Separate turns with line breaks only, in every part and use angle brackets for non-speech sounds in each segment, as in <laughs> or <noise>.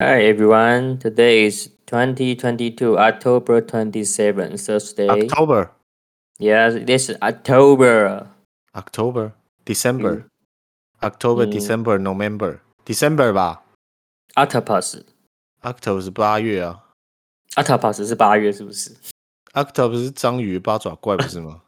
Hi everyone, today is 2022 October 27th, Thursday.
October,
Yes, this is October.
October, December,
嗯
October,
嗯
December, November, December 吧
Octopus,
，October 是八月啊
Octopus 是八月是不是？
，October 是章鱼八爪怪不是 <laughs> 吗？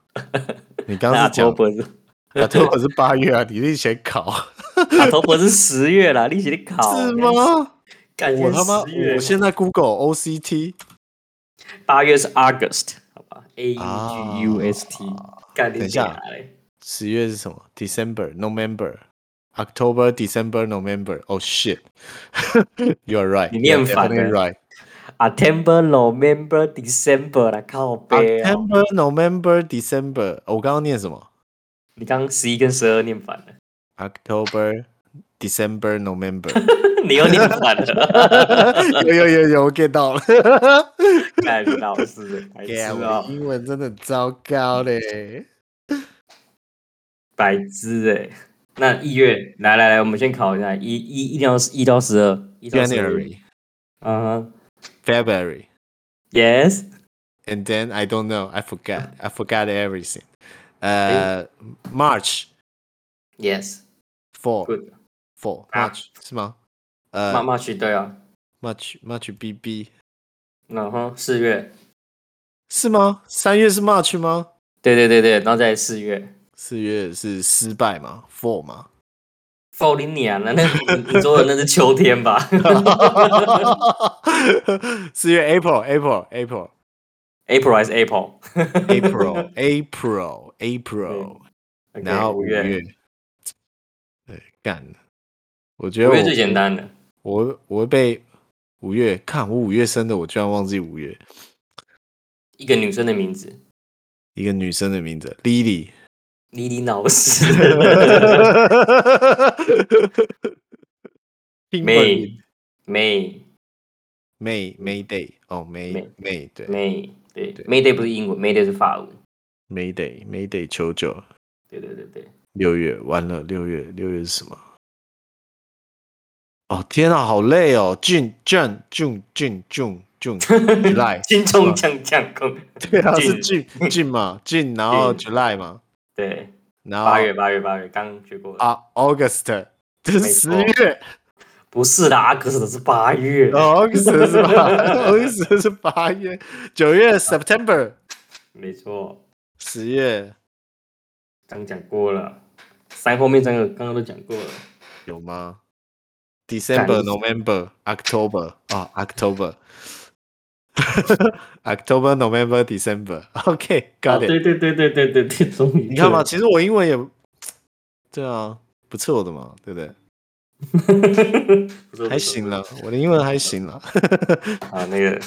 你刚刚
那
是讲
October
<laughs>
是
October 是八月啊，你是写考
October 是十月啦，你写的考
是？吗？
感觉
我他妈，
十月
我现在 Google OCT
八月是 August，好吧？A
啊
G U S T，干
等
你
一下
假嘞！
十月是什么？December, November, October, December, November. Oh shit! <laughs> you are right.
<laughs> 你念
You are
反
definitely
了
right.
October, November, December 啦，靠背哦！
October, November, December. 我刚刚念什么
你刚刚十一跟十二念反了， <laughs>
？October, December,
<laughs>
November.
你又念反了，
有有有有，我 get 到
<laughs>
了。
干老师，白痴
Yeah，我
啊
的！英文真的很糟糕嘞。
白痴哎、那一月，来来来，我们先考一下，一一一定要是一到十二，一到十二。
January,
嗯哼
February,
，Yes，
and then I don't know. I forgot. I forgot everything. 呃、March
Yes，
four
Good.
four
啊
March 是吗？呃、
马马曲对啊，
March March BB
然后四月，
是吗？三月是 March 吗？
对对对对，然后再来四月，
四月是失败嘛？Four 嘛？
暴林你啊，那 <laughs> 那你你说的那是秋天吧
<laughs> 四月 April April April <laughs>
？April 还是 April？
April April April，
OK，
然后
五
五
月
月，，对，干了。我
五
觉得
月最简
我
单的，
我会我会被五月看我五月生的，我居然忘记五月
一个女生的名字，
一个女生的名字 Lily。
莉莉老师。 <laughs> <laughs>
拼本
May
名
May
May May Day 哦 May May
May
对
May，对
对
，May Day 不是英文，May Day 是法文。
May Day May Day 九九
对对对对，
六月完了六月六月是什么？哦天啊，好累哦！June June June June June
<laughs>
June July
金钟奖奖功。
对啊哎是
June
June June 嘛 June 然后
June
July 嘛
对，
然后
八月八月八月刚学过的，
啊 August 这是
没
十
错
月。
不是的，阿克斯的是八月。
哦，August
<laughs>
是吧？August 是八月、九月、September，
没错，
十月
刚讲过了，三后面三个刚刚都讲过了。
有吗？December、
干
November、October <laughs> 啊、o c t o b e r October、November、December。 <laughs>
啊，
OK，got、it。
对对对对对对对，终于
你看嘛，
吧，
其实我英文也对啊，不错的嘛，对不对？
不错
还行。
不
了
错，
我的英文还行了。
不错好，那个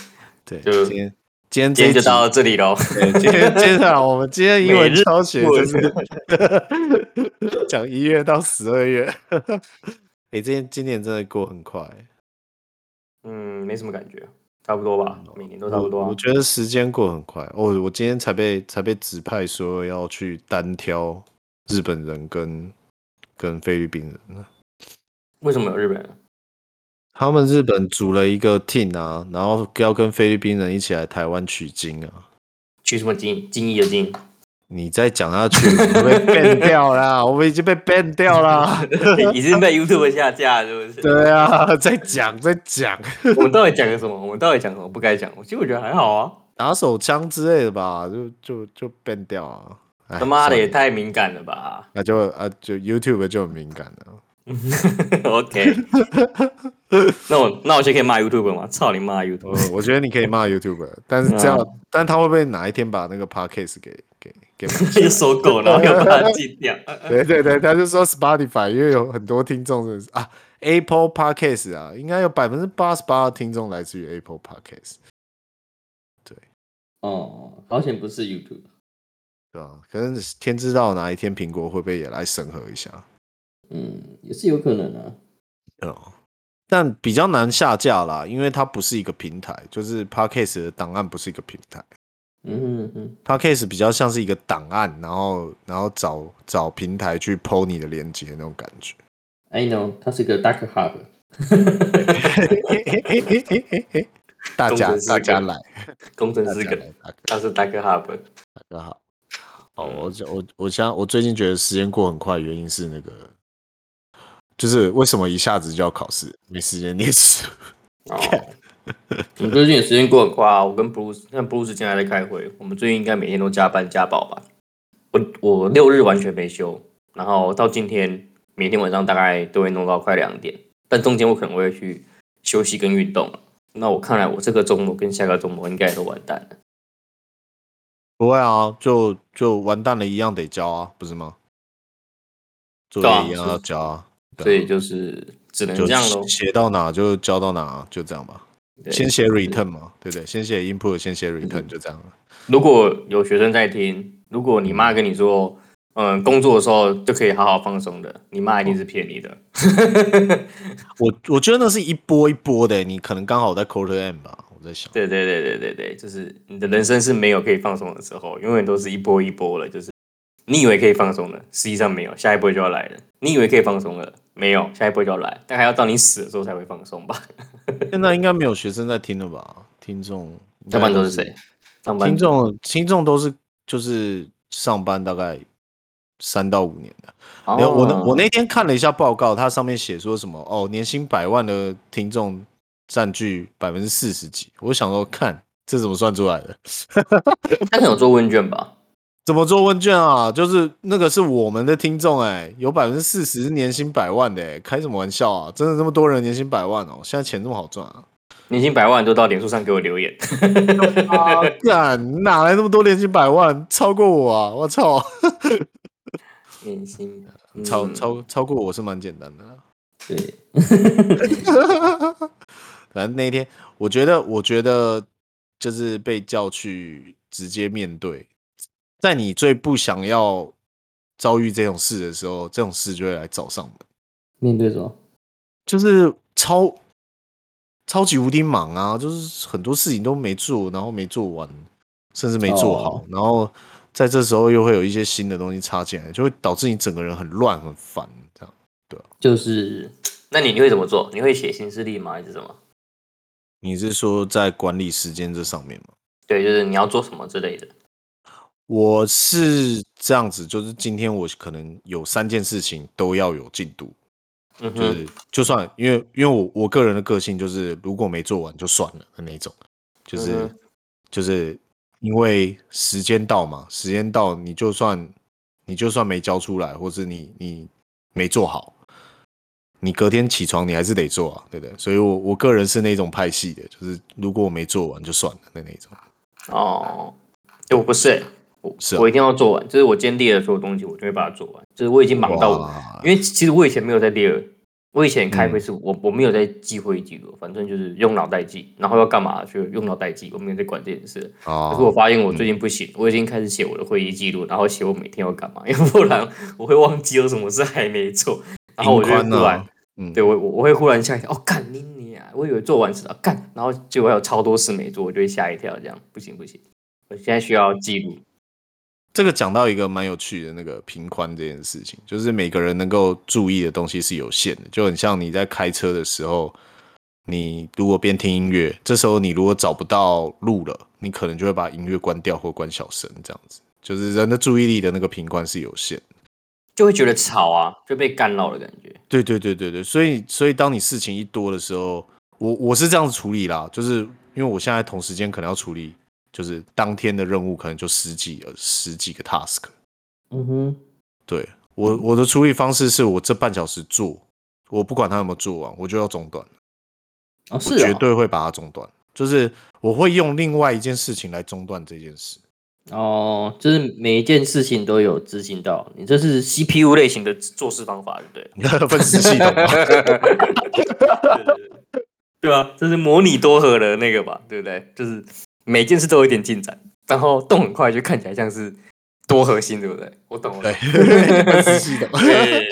对，
就
今天今天
今
这一
天就
集
到这里喽。
对，今天接下来我们今天英文教学就是讲一月到十二月。 <laughs> 哎、今天今年真的过很快，
<laughs> 嗯，没什么感觉，差不多吧，每年都差不多
我。
啊
我。觉得时间过很快。哦，我今天才被才被指派说要去单挑日本人跟跟菲律宾人呢。
为什么有日本人？
他们日本组了一个 team 啊，然后要跟菲律宾人一起来台湾取经啊。
取什么经？经义
<laughs>
的经。
你再讲下去，我们被 ban 掉啦， <laughs> 我们已经被 ban 掉啦。
已经被 YouTube 下架了，是不是？
对啊，在讲在讲，
<laughs> 我们到底讲了什么？我们到底讲什么不该讲？其实我觉得还好啊。
打手枪之类的吧，就就就变掉啊！哎
他妈的
算
也
了
太敏感了吧 <laughs>
那就啊就 YouTube 就很敏感了。
<laughs> ！OK，那我那我就可以骂 YouTube 吗？操你妈
呃
YouTube！ <laughs>
我我觉得你可以骂 YouTube，但是这样，但他会不会哪一天把那个 Podcast 给给给马
就搜狗，然后又把它禁掉。
<laughs> 对对对，他就说 Spotify，因为有很多听众是啊，Apple Podcast 啊，应该有百分之八十八的听众来自于 Apple Podcast，
哦，好险不是 YouTube。
对吧、可能天知道哪一天苹果会不会也来审核一下。
嗯，也是有可能啊。
哦，但比较难下架啦，因为它不是一个平台，就是 Podcast 的档案不是一个平台
嗯嗯
，Podcast 比较像是一个档案，然后然后找找平台去 PO 你的链接那种感 <laughs> 觉。
<laughs> ，I know，它是个 Dark Hub。
大家
工程师
大家
梗
来，
<laughs> 工程
大
师
家
梗，
来，大
它是 Dark Hub。
家好。哦，我就我我现在我最近觉得时间过很快，原因是那个，就是为什么一下子就要考试，没时间念书。 <laughs>
哦，我们最近也时间过很快啊。我跟 Bruce，像 Bruce 今天还在开会，我们最近应该每天都加班加爆吧。我我六日完全没休，然后到今天每天晚上大概都会弄到快两点，但中间我可能会去休息跟运动啊。那我看来我这个周末跟下个周末应该都完蛋了。
不会啊，就就完蛋了，一样得交啊，不是吗？作
对啊
业一样
是
要交啊，对啊
所以就是只能
就
这样喽。
写到哪就交到哪啊，就这样吧。
对
先写 return 嘛，对不对？先写 input，先写 return，
嗯
就这样了。
如果有学生在听，如果你妈跟你说，嗯，工作的时候就可以好好放松的，你妈一定是骗你的。
我我觉得那是一波一波的，你可能刚好在 quarter end 吧，我在想。
对对对对对对，就是你的人生是没有可以放松的时候，永远都是一波一波了。就是你以为可以放松了，实际上没有，下一波就要来了。你以为可以放松了，没有，下一波就要来，但还要到你死的时候才会放松吧？
现在应该没有学生在听了吧？听众
<laughs> 上班
都
都是谁？？上班
听众听众都是就是上班大概三到五年的。
哦
没有，我那我那天看了一下报告，它上面写说什么哦，年薪百万的听众占据百分之四十几。我想说，看这怎么算出来的？
他可能有做问卷吧？
怎么做问卷啊？就是那个是我们的听众哎、有百分之四十是年薪百万的哎、开什么玩笑啊？真的这么多人年薪百万哦？现在钱这么好赚啊？
年薪百万都到脸书上给我
<laughs>
留言，
啊，干哪来那么多年薪百万？超过我啊！我操，
年薪
超
嗯
超超过我是蛮简单的啦。
对，
反正那一天，我觉得，我觉得就是被叫去直接面对，在你最不想要遭遇这种事的时候，这种事就会来找上门，
面对什么？
就是超超级无敌忙啊，就是很多事情都没做，然后没做完，甚至没做好，
哦
然后在这时候又会有一些新的东西插进来，就会导致你整个人很乱很烦，这样
就是，那你你会怎么做？你会写行事历吗？还是什么？
你是说在管理时间这上面吗？
对，就是你要做什么之类的。
我是这样子，就是今天我可能有三件事情都要有进度，
嗯
就
哼，
是就算因为因为我我个人的个性就是如果没做完就算了的那种，就是、
嗯哼
就是因为时间到嘛，时间到你就算你就算没交出来，或是你你没做好，你隔天起床你还是得做啊，对不对？所以我我个人是那种派系的，就是如果我没做完就算了的那种。
哦，哎，我不是、欸，我
是啊
我一定要做完，就是我今天列的所有东西，我就会把它做完。就是我已经忙到，
哇嗯
因为其实我以前没有在列，我以前开会是我我没有在记会议记录，反正就是用脑袋记，然后要干嘛就用脑袋记，我没有在管这件事。可是我
哦，
发现我最近不行，我已经开始写我的会议记录，然后写我每天要干嘛， <laughs> 要不然我会忘记有什么事还没做，然后我就会
宽
忽然
啊，嗯
对我我我会忽然吓一跳，哦干你你啊！我以为做完事了，干，然后结果还有超多事没做，我就会吓一跳，这样不行不行，我现在需要记录。
这个讲到一个蛮有趣的那个平宽这件事情，就是每个人能够注意的东西是有限的，就很像你在开车的时候，你如果边听音乐，这时候你如果找不到路了，你可能就会把音乐关掉或关小声，这样子，就是人的注意力的那个平宽是有限的。
就会觉得吵啊，就被干扰的感觉。
对对对对对，所以所以当你事情一多的时候，我我是这样子处理啦，就是因为我现在同时间可能要处理，就是当天的任务可能就十几呃十几个 task，
嗯哼，
对我我的处理方式是我这半小时做，我不管他有没有做完，我就要中断，
哦
我
是哦
绝对会把它中断。就是我会用另外一件事情来中断这件事，
哦，就是每一件事情都有执行到，你这是 CPU 类型的做事方法，对不对？
你那分时系统吗？
对吧、这是模拟多核的那个吧，对不对？就是每件事都有一点进展，然后动很快，就看起来像是多核心，对不对？我懂
<laughs>
了
对，。分时系统。
对，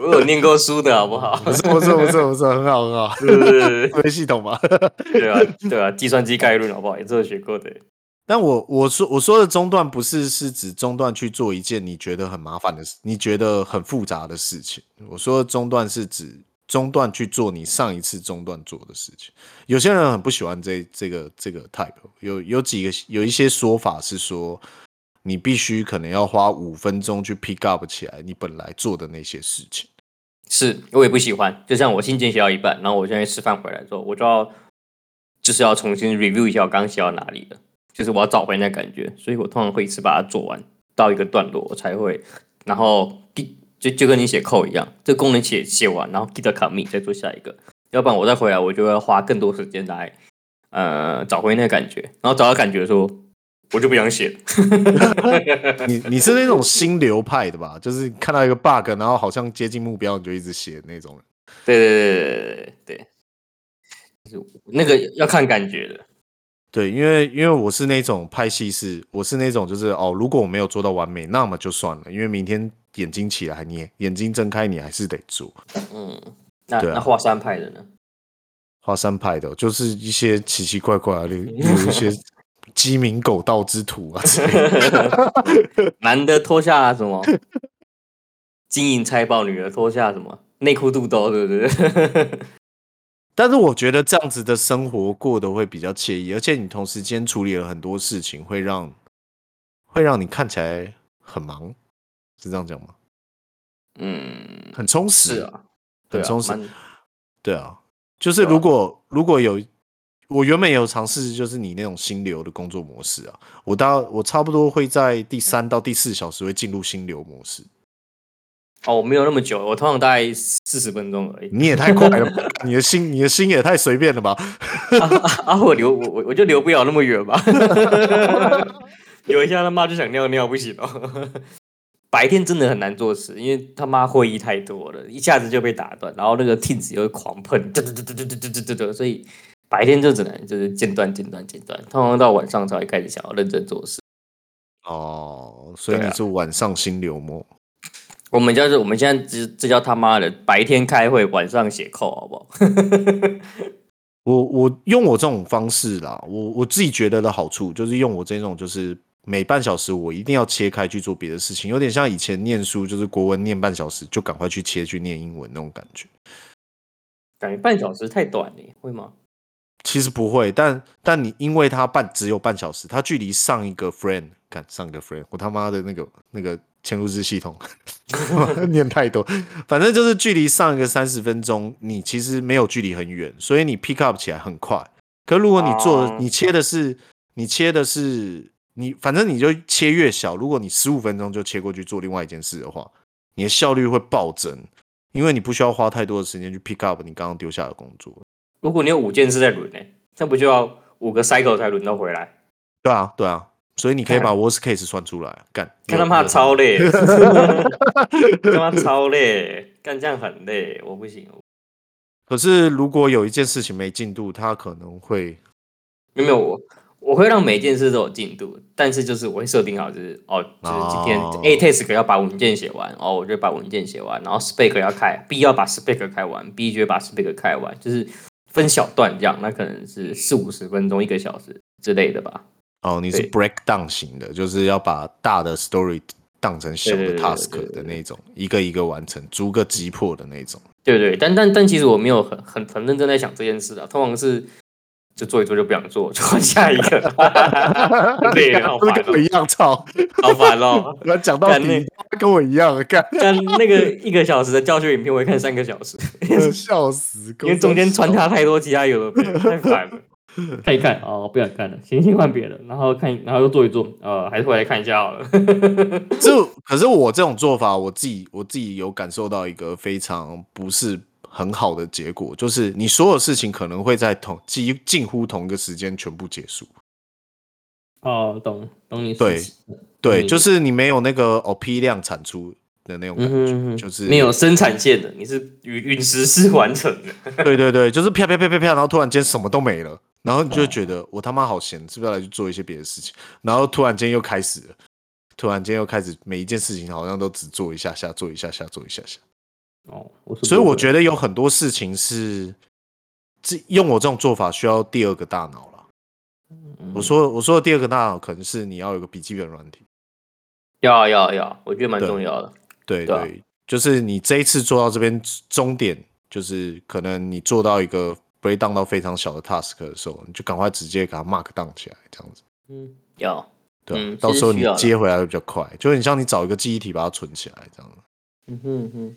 我有念过书的好不好？
<laughs> 不错不错不错不错，很好很好，
<laughs> 对对
分系统嘛。
对啊，对啊，计算机概论好不好？也是有学过的。
但我我说我说的中断不是是指中断去做一件你觉得很麻烦的事，你觉得很复杂的事情。我说的中断是指中断去做你上一次中断做的事情。有些人很不喜欢这这个这个 type，有有几个有一些说法是说，你必须可能要花五分钟去 pick up 起来你本来做的那些事情。
是我也不喜欢，就像我信件写到一半，然后我现在吃饭回来之后，我就要就是要重新 review 一下我刚刚写到哪里了，就是我要找回那感觉，所以我通常会一次把它做完到一个段落，我才会，然后第就就跟你写扣一样，这个功能写写完，然后 git commit 再做下一个，要不然我再回来我就要花更多时间来呃找回那个感觉，然后找到感觉的时候，我就不想写了。
你你是那种新流派的吧？就是看到一个 bug，然后好像接近目标你就一直写的那种人。
对对对对对对，就是那个要看感觉的。
对，因为因为我是那种拍戏是，我是那种就是哦，如果我没有做到完美，那么就算了，因为明天眼睛起来你也眼睛睁开你还是得做。
嗯，那、
对啊
那华山派的呢？
华山派的哦就是一些奇奇怪怪的，例
<laughs>
如例如一些鸡鸣狗盗之徒啊之类的。 <laughs>
男的脱下什么金银财宝，女的脱下什么内裤肚兜，对不对？ <laughs>
但是我觉得这样子的生活过得会比较惬意，而且你同时间处理了很多事情，会让会让你看起来很忙，是这样讲吗？
嗯，
很充实，
是啊，对
很
啊
充实。
蛮
对啊，就是
对啊
如果、如果有，我原本也有尝试，就是你那种心流的工作模式啊，我到我差不多会在第三到第四小时会进入心流模式。
哦，我没有那么久，我通常大概四十分钟而已。
你也太快了吧， <laughs> 你的心你的心也太随便了吧？
啊啊！我留我我我就留不了那么远吧，留一下他妈就想尿尿不行哦。白天真的很难做事，因为他妈会议太多了，一下子就被打断，然后那个 Teams 又狂喷，嘟嘟嘟嘟嘟嘟嘟嘟嘟，所以白天就只能就是间断间断间断，通常到晚上才会开始想要认真做事。
哦，所以
对啊
你是晚上心流模，
我们叫是我们现在这这叫他妈的白天开会，晚上写扣，好不好？
我我用我这种方式啦，我我自己觉得的好处就是用我这种，就是每半小时我一定要切开去做别的事情，有点像以前念书，就是国文念半小时就赶快去切去念英文那种感觉。
感觉半小时太短了，会吗？
其实不会，但但你因为它半只有半小时，它距离上一个 friend，看上一个 friend，我他妈的那个那个嵌入式系统念太多，反正就是距离上一个三十分钟，你其实没有距离很远，所以你 pick up 起来很快。可如果你做、
哦
你切的是你切的是你，反正你就切越小。如果你十五分钟就切过去做另外一件事的话，你的效率会暴增，因为你不需要花太多的时间去 pick up 你刚刚丢下的工作。
如果你有五件事在轮呢、那不就要五个 cycle 才轮到回来？
对啊，对啊，所以你可以
干
把 worst case 算出来啊，干，
看他
有
妈
有
超
<laughs>
累，他妈超累，干这样很累，我不行。我
可是如果有一件事情没进度，它可能会
没有没有我，我会让每件事都有进度，但是就是我会设定好，就是哦，就是今天
哦
A task 要把文件写完，哦，我就把文件写完，然后 spec 要开，B 要把 spec 开完，B 就会把 spec 开完，就是分小段这样，那可能是四五十分钟、一个小时之类的吧。
哦，你是
对
break down 型的，就是要把大的 story 当成小
对对
的
对
task
对
的
对
那种，一个一个完成，逐个击破的那种。
对对，但但但其实我没有很很很认真在想这件事啊，通常是就做一做就不想做，就换下一
<laughs>
个，对，好
不是
烦、
跟我一
哦，
样操！
好烦哦。
我讲到
干那
底，他跟我一样，
<laughs>
干，
但那个一个小时的教学影片，我会看三个小
<laughs>
时，
笑死！
因为中间穿插太多其他有的没的，太烦
<laughs>
了。看一看哦，不想看了，行，先换别的，然后看，然后又做一做，呃，还是回来看一下好了。 <laughs>
这可是我这种做法，我自己我自己有感受到一个非常不是很好的结果，就是你所有事情可能会在同几近乎同一个时间全部结束。
哦，懂懂你
对
意思
对，
嗯
就是你没有那个哦批量产出的那种感
嗯
觉，
哼嗯哼
就是
没有生产线的，你是陨陨石是完成的，
对对对，就是啪啪啪啪啪，然后突然间什么都没了，然后你就会觉得我他妈好闲，是不是要来去做一些别的事情？然后突然间又开始了，突然间又开始每一件事情好像都只做一下下，做一下下，做一下下。
哦，我是
所以我
得
觉得有很多事情是，这用我这种做法需要第二个大脑了。
嗯
我说我说的第二个大脑可能是你要有个笔记本软体，
要啊要啊要啊，我觉得蛮
对
重要的。
对
对啊
对，就是你这一次做到这边终点，就是可能你做到一个 breakdown 到非常小的 task 的时候，你就赶快直接给它 mark down 起来，这样子，
嗯，要，
对啊、
嗯
到
其实
时候
需
你
要的
接回来会比较快，就是你像你找一个记忆体把它存起来这样子。
嗯哼哼，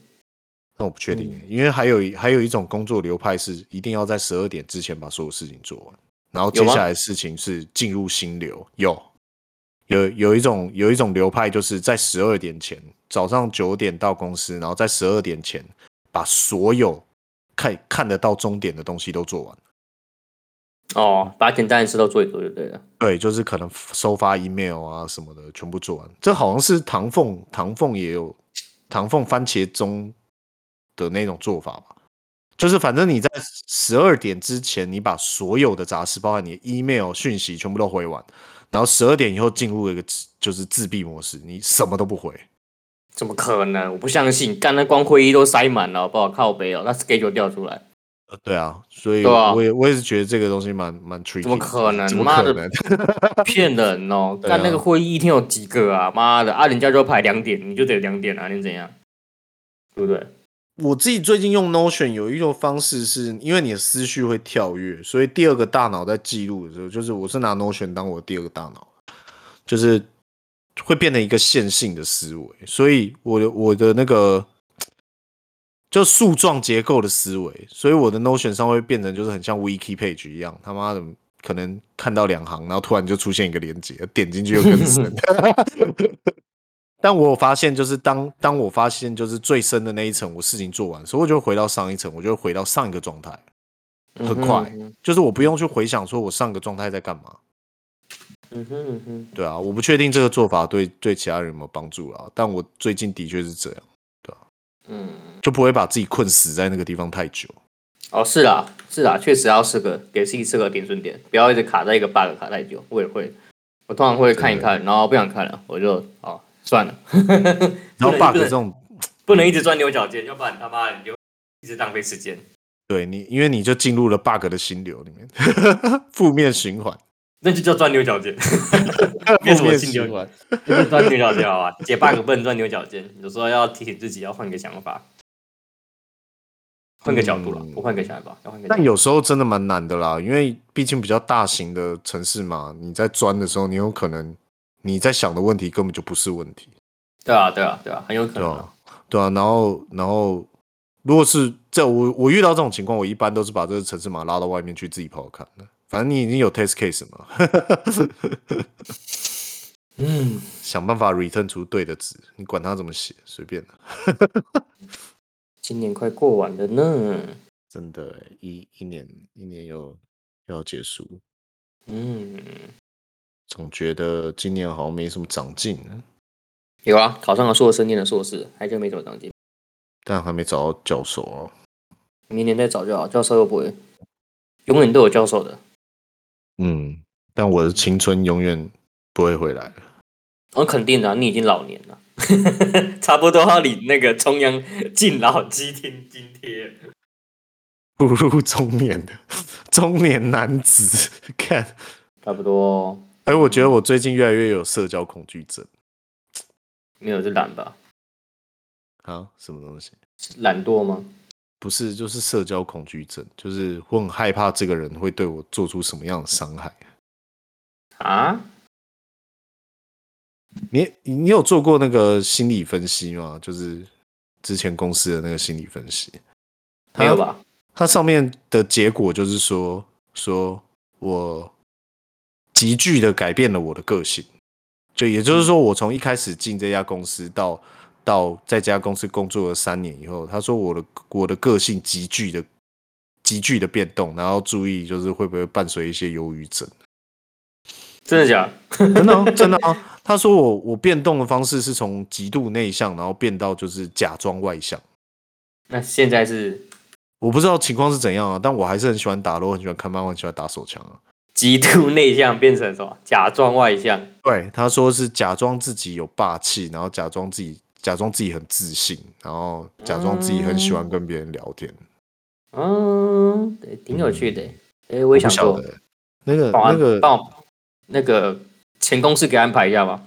但我不确
嗯
定耶，欸因为还有一还有一种工作流派是一定要在十二点之前把所有事情做完，然后接
有吗
下来的事情是进入心流。有有有一种有一种流派就是在十二点前，早上九点到公司，然后在十二点前把所有看看得到终点的东西都做完。
哦，把简单的事都做一做就对了。
对，就是可能收发 email 啊什么的全部做完。这好像是唐凤唐凤也有唐凤番茄钟的那种做法吧，就是反正你在十二点之前，你把所有的杂事，包含你的 email 讯息全部都回完，然后十二点以后进入一个自就是自闭模式，你什么都不回。
怎么可能？我不相信，干那光会议都塞满了，好不好？靠背哦，那 schedule 调出来，
呃对啊，所以
对啊
我也我也是觉得这个东西蛮蛮 tricky，
怎么
的
可能
怎么
妈
可
的
能？
骗人哦！
对啊
干那个会议一天有几个啊？妈的，啊，人家就要排两点，你就得两点啊，你怎样？对不对？
我自己最近用 Notion 有一种方式是，因为你的思绪会跳跃，所以第二个大脑在记录的时候，就是我是拿 Notion 当我的第二个大脑，就是会变成一个线性的思维，所以我的我的那个就树状结构的思维，所以我的 Notion 上会变成就是很像 Wiki page 一样，他妈的可能看到两行，然后突然就出现一个连接，点进去又更深。但我有发现，就是当当我发现就是最深的那一层，我事情做完，所以我就回到上一层，我就回到上一个状态，很快，
嗯
就是我不用去回想说我上个状态在干嘛。
哼嗯哼嗯哼，
对啊，我不确定这个做法对对其他人有没有帮助啊，但我最近的确是这样，
嗯，
就不会把自己困死在那个地方太久。
哦，是啦，是啦，确实要设个给自己设个停损点，不要一直卡在一个 bug 卡太久。我也会，我通常会看一看，然后不想看了，我就哦算了。
然后 bug
不能
这种，
不能一直钻牛角尖，要不然他妈你就一直浪费时间。
对你，因为你就进入了 bug 的心流里面， <laughs> 负面循环，
那就叫钻牛角尖，变
负
什么
面
金牛
循环。
就是钻牛角尖好吧？解 bug 不能钻牛角尖，有时候要提醒自己要换个想法，换个角度了
嗯，
不换个想法，要换个角
但
度。
有时候真的蛮难的啦，因为毕竟比较大型的城市嘛，你在钻的时候，你有可能你在想的问题根本就不是问题，
对啊，对啊，对啊，很有可
对
能
吧、
啊。
对啊，然后然后如果是在我我遇到这种情况，我一般都是把这个城市码拉到外面去自己跑跑看的。反正你已经有 test case 嘛， <laughs>
嗯，
想办法 return 出对的值，你管它怎么写，随便的。
今年快过完了呢。
真的欸，一一年一年又又要结束，
嗯，
总觉得今年好像没什么长进呢。
有啊，考上了硕士，念了硕士，还真没怎么长进。
但还没找到教授哦。
明年再找就好，教授又不会，永远都有教授的。
嗯，但我的青春永远不会回来了。
我肯定的啊、你已经老年了， <laughs> 差不多要领那个中央敬老基金津贴。
步入中年的中年男子，看，
差不多
哎，我觉得我最近越来越有社交恐惧症
没有是懒吧？
啊，什么东西？
是懒惰吗？
不是，就是社交恐惧症，就是我很害怕这个人会对我做出什么样的伤害。
啊？
你你有做过那个心理分析吗？就是之前公司的那个心理分析，
没有吧？
它上面的结果就是说，说我急剧的改变了我的个性，就也就是说，我从一开始进这家公司到到在这家公司工作了三年以后，他说我的我的个性急剧的急剧的变动，然后注意就是会不会伴随一些忧郁症。
真的假的？
<laughs> 真的、哦、真的啊、他说我我变动的方式是从极度内向，然后变到就是假装外向。
那现在是
我不知道情况是怎样啊，但我还是很喜欢打撸，很喜欢看漫画，很喜欢打手枪啊。
极度内向变成什么？假装外向，
对，他说是假装自己有霸气，然后假装自己假装自己很自信，然后假装自己很喜欢跟别人聊天。
嗯，对，挺有趣的。哎、我也
不
想
晓
做，
得那个
帮我
那
安
个
帮我那个前公司给安排一下吧。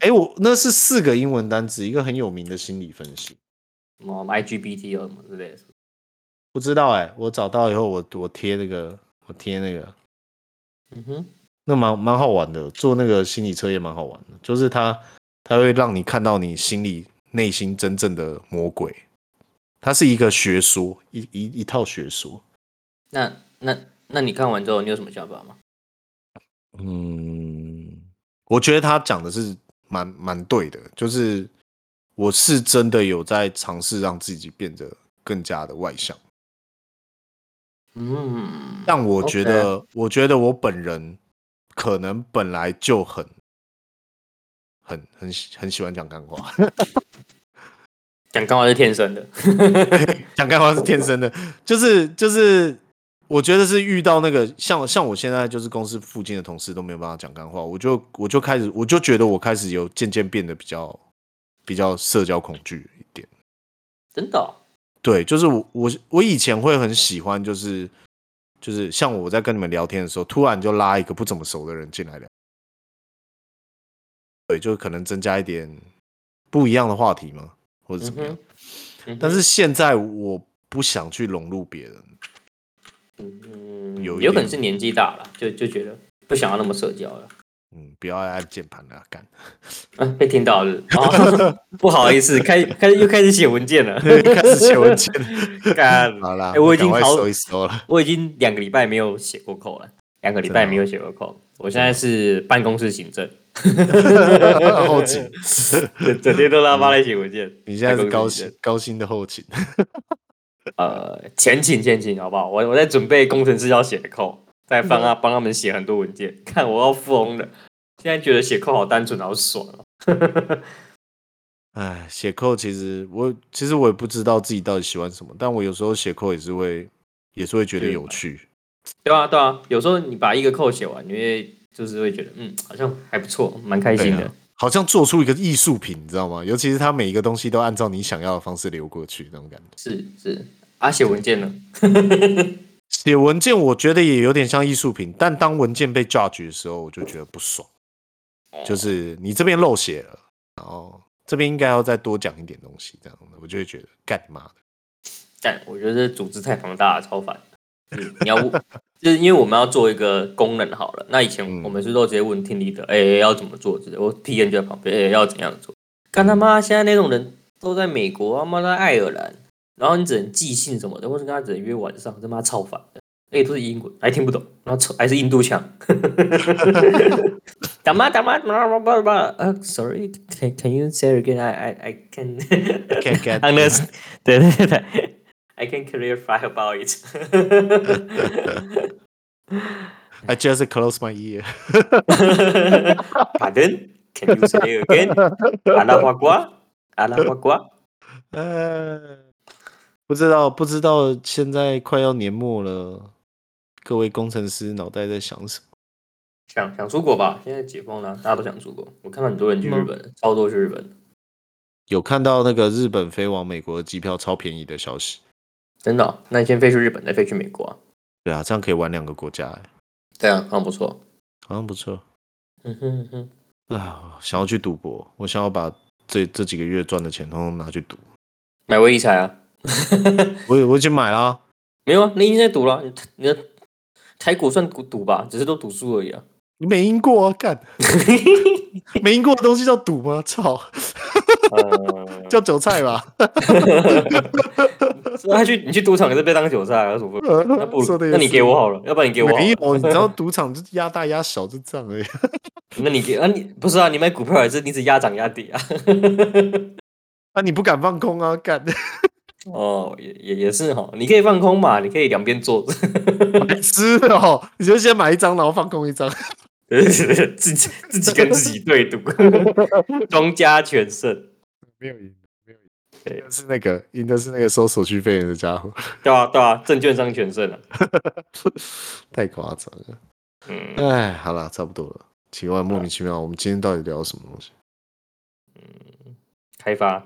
哎、我那是四个英文单词，一个很有名的心理分析。
什么 IGBT 哦什么之类的。
不知道哎、我找到以后我我贴那个我贴那个，
嗯哼，
那蛮蛮好玩的，做那个心理测验蛮好玩的，就是它它会让你看到你心里内心真正的魔鬼。它是一个学说，一一一套学说。
那那那你看完之后，你有什么想法吗？
嗯，我觉得他讲的是蛮蛮对的，就是我是真的有在尝试让自己变得更加的外向。
嗯，
但我觉
OK
得我觉得我本人可能本来就很很很喜很喜欢讲干话，
讲刚好是天生的。
讲干话是天生的， <laughs> 就是就是，我觉得是遇到那个像像我现在就是公司附近的同事都没有办法讲干话，我就我就开始我就觉得我开始有渐渐变得比较比较社交恐惧一点。
真的哦、
对，就是我我我以前会很喜欢，就是就是像我在跟你们聊天的时候，突然就拉一个不怎么熟的人进来聊，对，就可能增加一点不一样的话题嘛，或者怎么样。
嗯嗯哼
但是现在我不想去融入别人，
嗯，
有
有
一
可能
点
是年纪大了，就就觉得不想要那么社交了。
嗯，不要按键盘了，干。 <laughs>
啊，被听到了，哦、不好意思，开开又开始写文件
<laughs>
了，
开始写文件，
干，
好啦，
哎我已经
赶快
好
收一收了。
我已经两个礼拜没有写过扣了，两个礼
哦
拜没有写过扣，我现在是办公室行政， <laughs>
后勤，
整
<laughs>
整天都他妈在写文件。
你现在是
办
高
公室行
薪高薪的后勤，
政？呃，前勤前勤，好不好？我我在准备工程师要写的扣，在帮
嗯
他帮他们写很多文件， <laughs> 看我要疯了。现在觉得写扣好单纯，好爽哦。
哎，写扣其实我其实我也不知道自己到底喜欢什么，但我有时候写扣也是会也是会觉得
是
有趣。
<laughs> 对啊，对啊，有时候你把一个扣写完，你会就是会觉得，嗯，好像还不错，蛮开心
对
的
啊。好像做出一个艺术品，你知道吗？尤其是它每一个东西都按照你想要的方式流过去，那种感觉。
是是，啊，写文件呢？
写文件，我觉得也有点像艺术品，但当文件被 judge 的时候，我就觉得不爽。就是你这边漏写了，然后这边应该要再多讲一点东西，这样的我就会觉得干嘛的。
但我觉得这组织太庞大了，超烦。嗯，你要 <laughs> 就是因为我们要做一个功能好了，那以前
嗯
我们是都直接问听力的，哎、要怎么做之类，我 P N 就在旁边，哎、要怎样做？看他妈现在那种人都在美国，他妈在爱尔兰，然后你只能寄信什么的，或者跟他只能约晚上，他妈超烦的。哎、都是英文，还听不懂，然后臭还是印度腔， <laughs> 打妈打妈打妈打妈打妈，呃、s o r r y can can you say again? I I I can <laughs>
Can get
unless 对对对，I can clarify about <laughs> it 。
I just close my ear。 <laughs>
Pardon? Can you say again? 阿拉花瓜，阿拉花瓜。
呃，不知道，不知道，现在快要年末了，各位工程师脑袋在想什么？
想想出国吧，现在解封了，大家都想出国。我看到很多人去日本了，超多去日本的，
有看到那个日本飞往美国的机票超便宜的消息？
真的哦、那你先飞去日本，再飞去美国、啊，
对啊，这样可以玩两个国家、欸，
对啊，很不错。
好像不错
嗯哼嗯哼，
啊！想要去赌博，我想要把这这几个月赚的钱通通拿去赌。
买微理财啊？
我也我已经买了、啊，
没有啊，你已经在赌了，你你的台股算赌赌吧，只是都赌输而已啊。
你没赢过啊！干，没赢过的东西叫赌吗？操，
<laughs> 呃
叫韭菜吧！
<laughs> 所以他去你去赌场也是被当韭菜啊，有什么不？那不
呃说的
如那你给我好了，要不然你给我好了
没有，你啊知道赌场就压大压小就这样而已。
那你给啊你不是啊？你买股票也是你只压涨压跌啊？
啊，你不敢放空啊！干，
哦，也也也是哈，你可以放空嘛，你可以两边做， <laughs>
白痴哦、你就先买一张，然后放空一张。
自己自己跟自己对赌， <laughs> 庄家全胜，
没有赢，没有赢，
对
赢的是那个赢的是那个收手续费的家伙，
对啊对啊，证券商全胜了。
太夸张了。
嗯，
哎，好了，差不多了。奇怪，莫名其妙，我们今天到底聊什么东西？
开发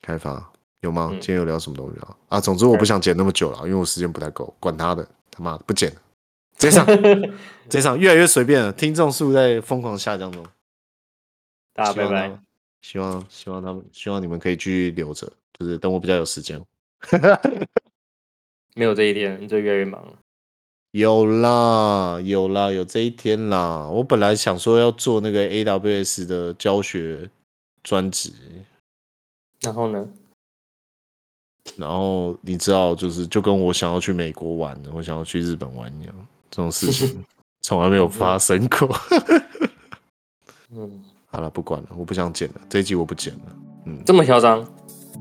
开发有吗？
嗯
今天有聊什么东西啊？啊，总之我不想剪那么久了，因为我时间不太够，管他的，他妈的不剪了，直接
<laughs>
上，直接上，越来越随便了，听众数在疯狂下降中。
大家
希
拜
望他
拜
们。希望希望他们希望你们可以继续留着，就是等我比较有时间。
没有这一天，你就越来越忙了。
有啦，有啦，有这一天啦。我本来想说要做那个 AWS 的教学专职，
然后呢？
然后你知道，就是就跟我想要去美国玩，我想要去日本玩一样，这种事情从来没有发生过。
嗯，
<laughs> 好了，不管了，我不想剪了，这一集我不剪了。嗯，
这么嚣张，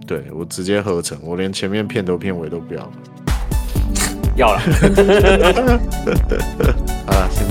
对我直接合成，我连前面片头片尾都不要了。
要了。
好了，先这样。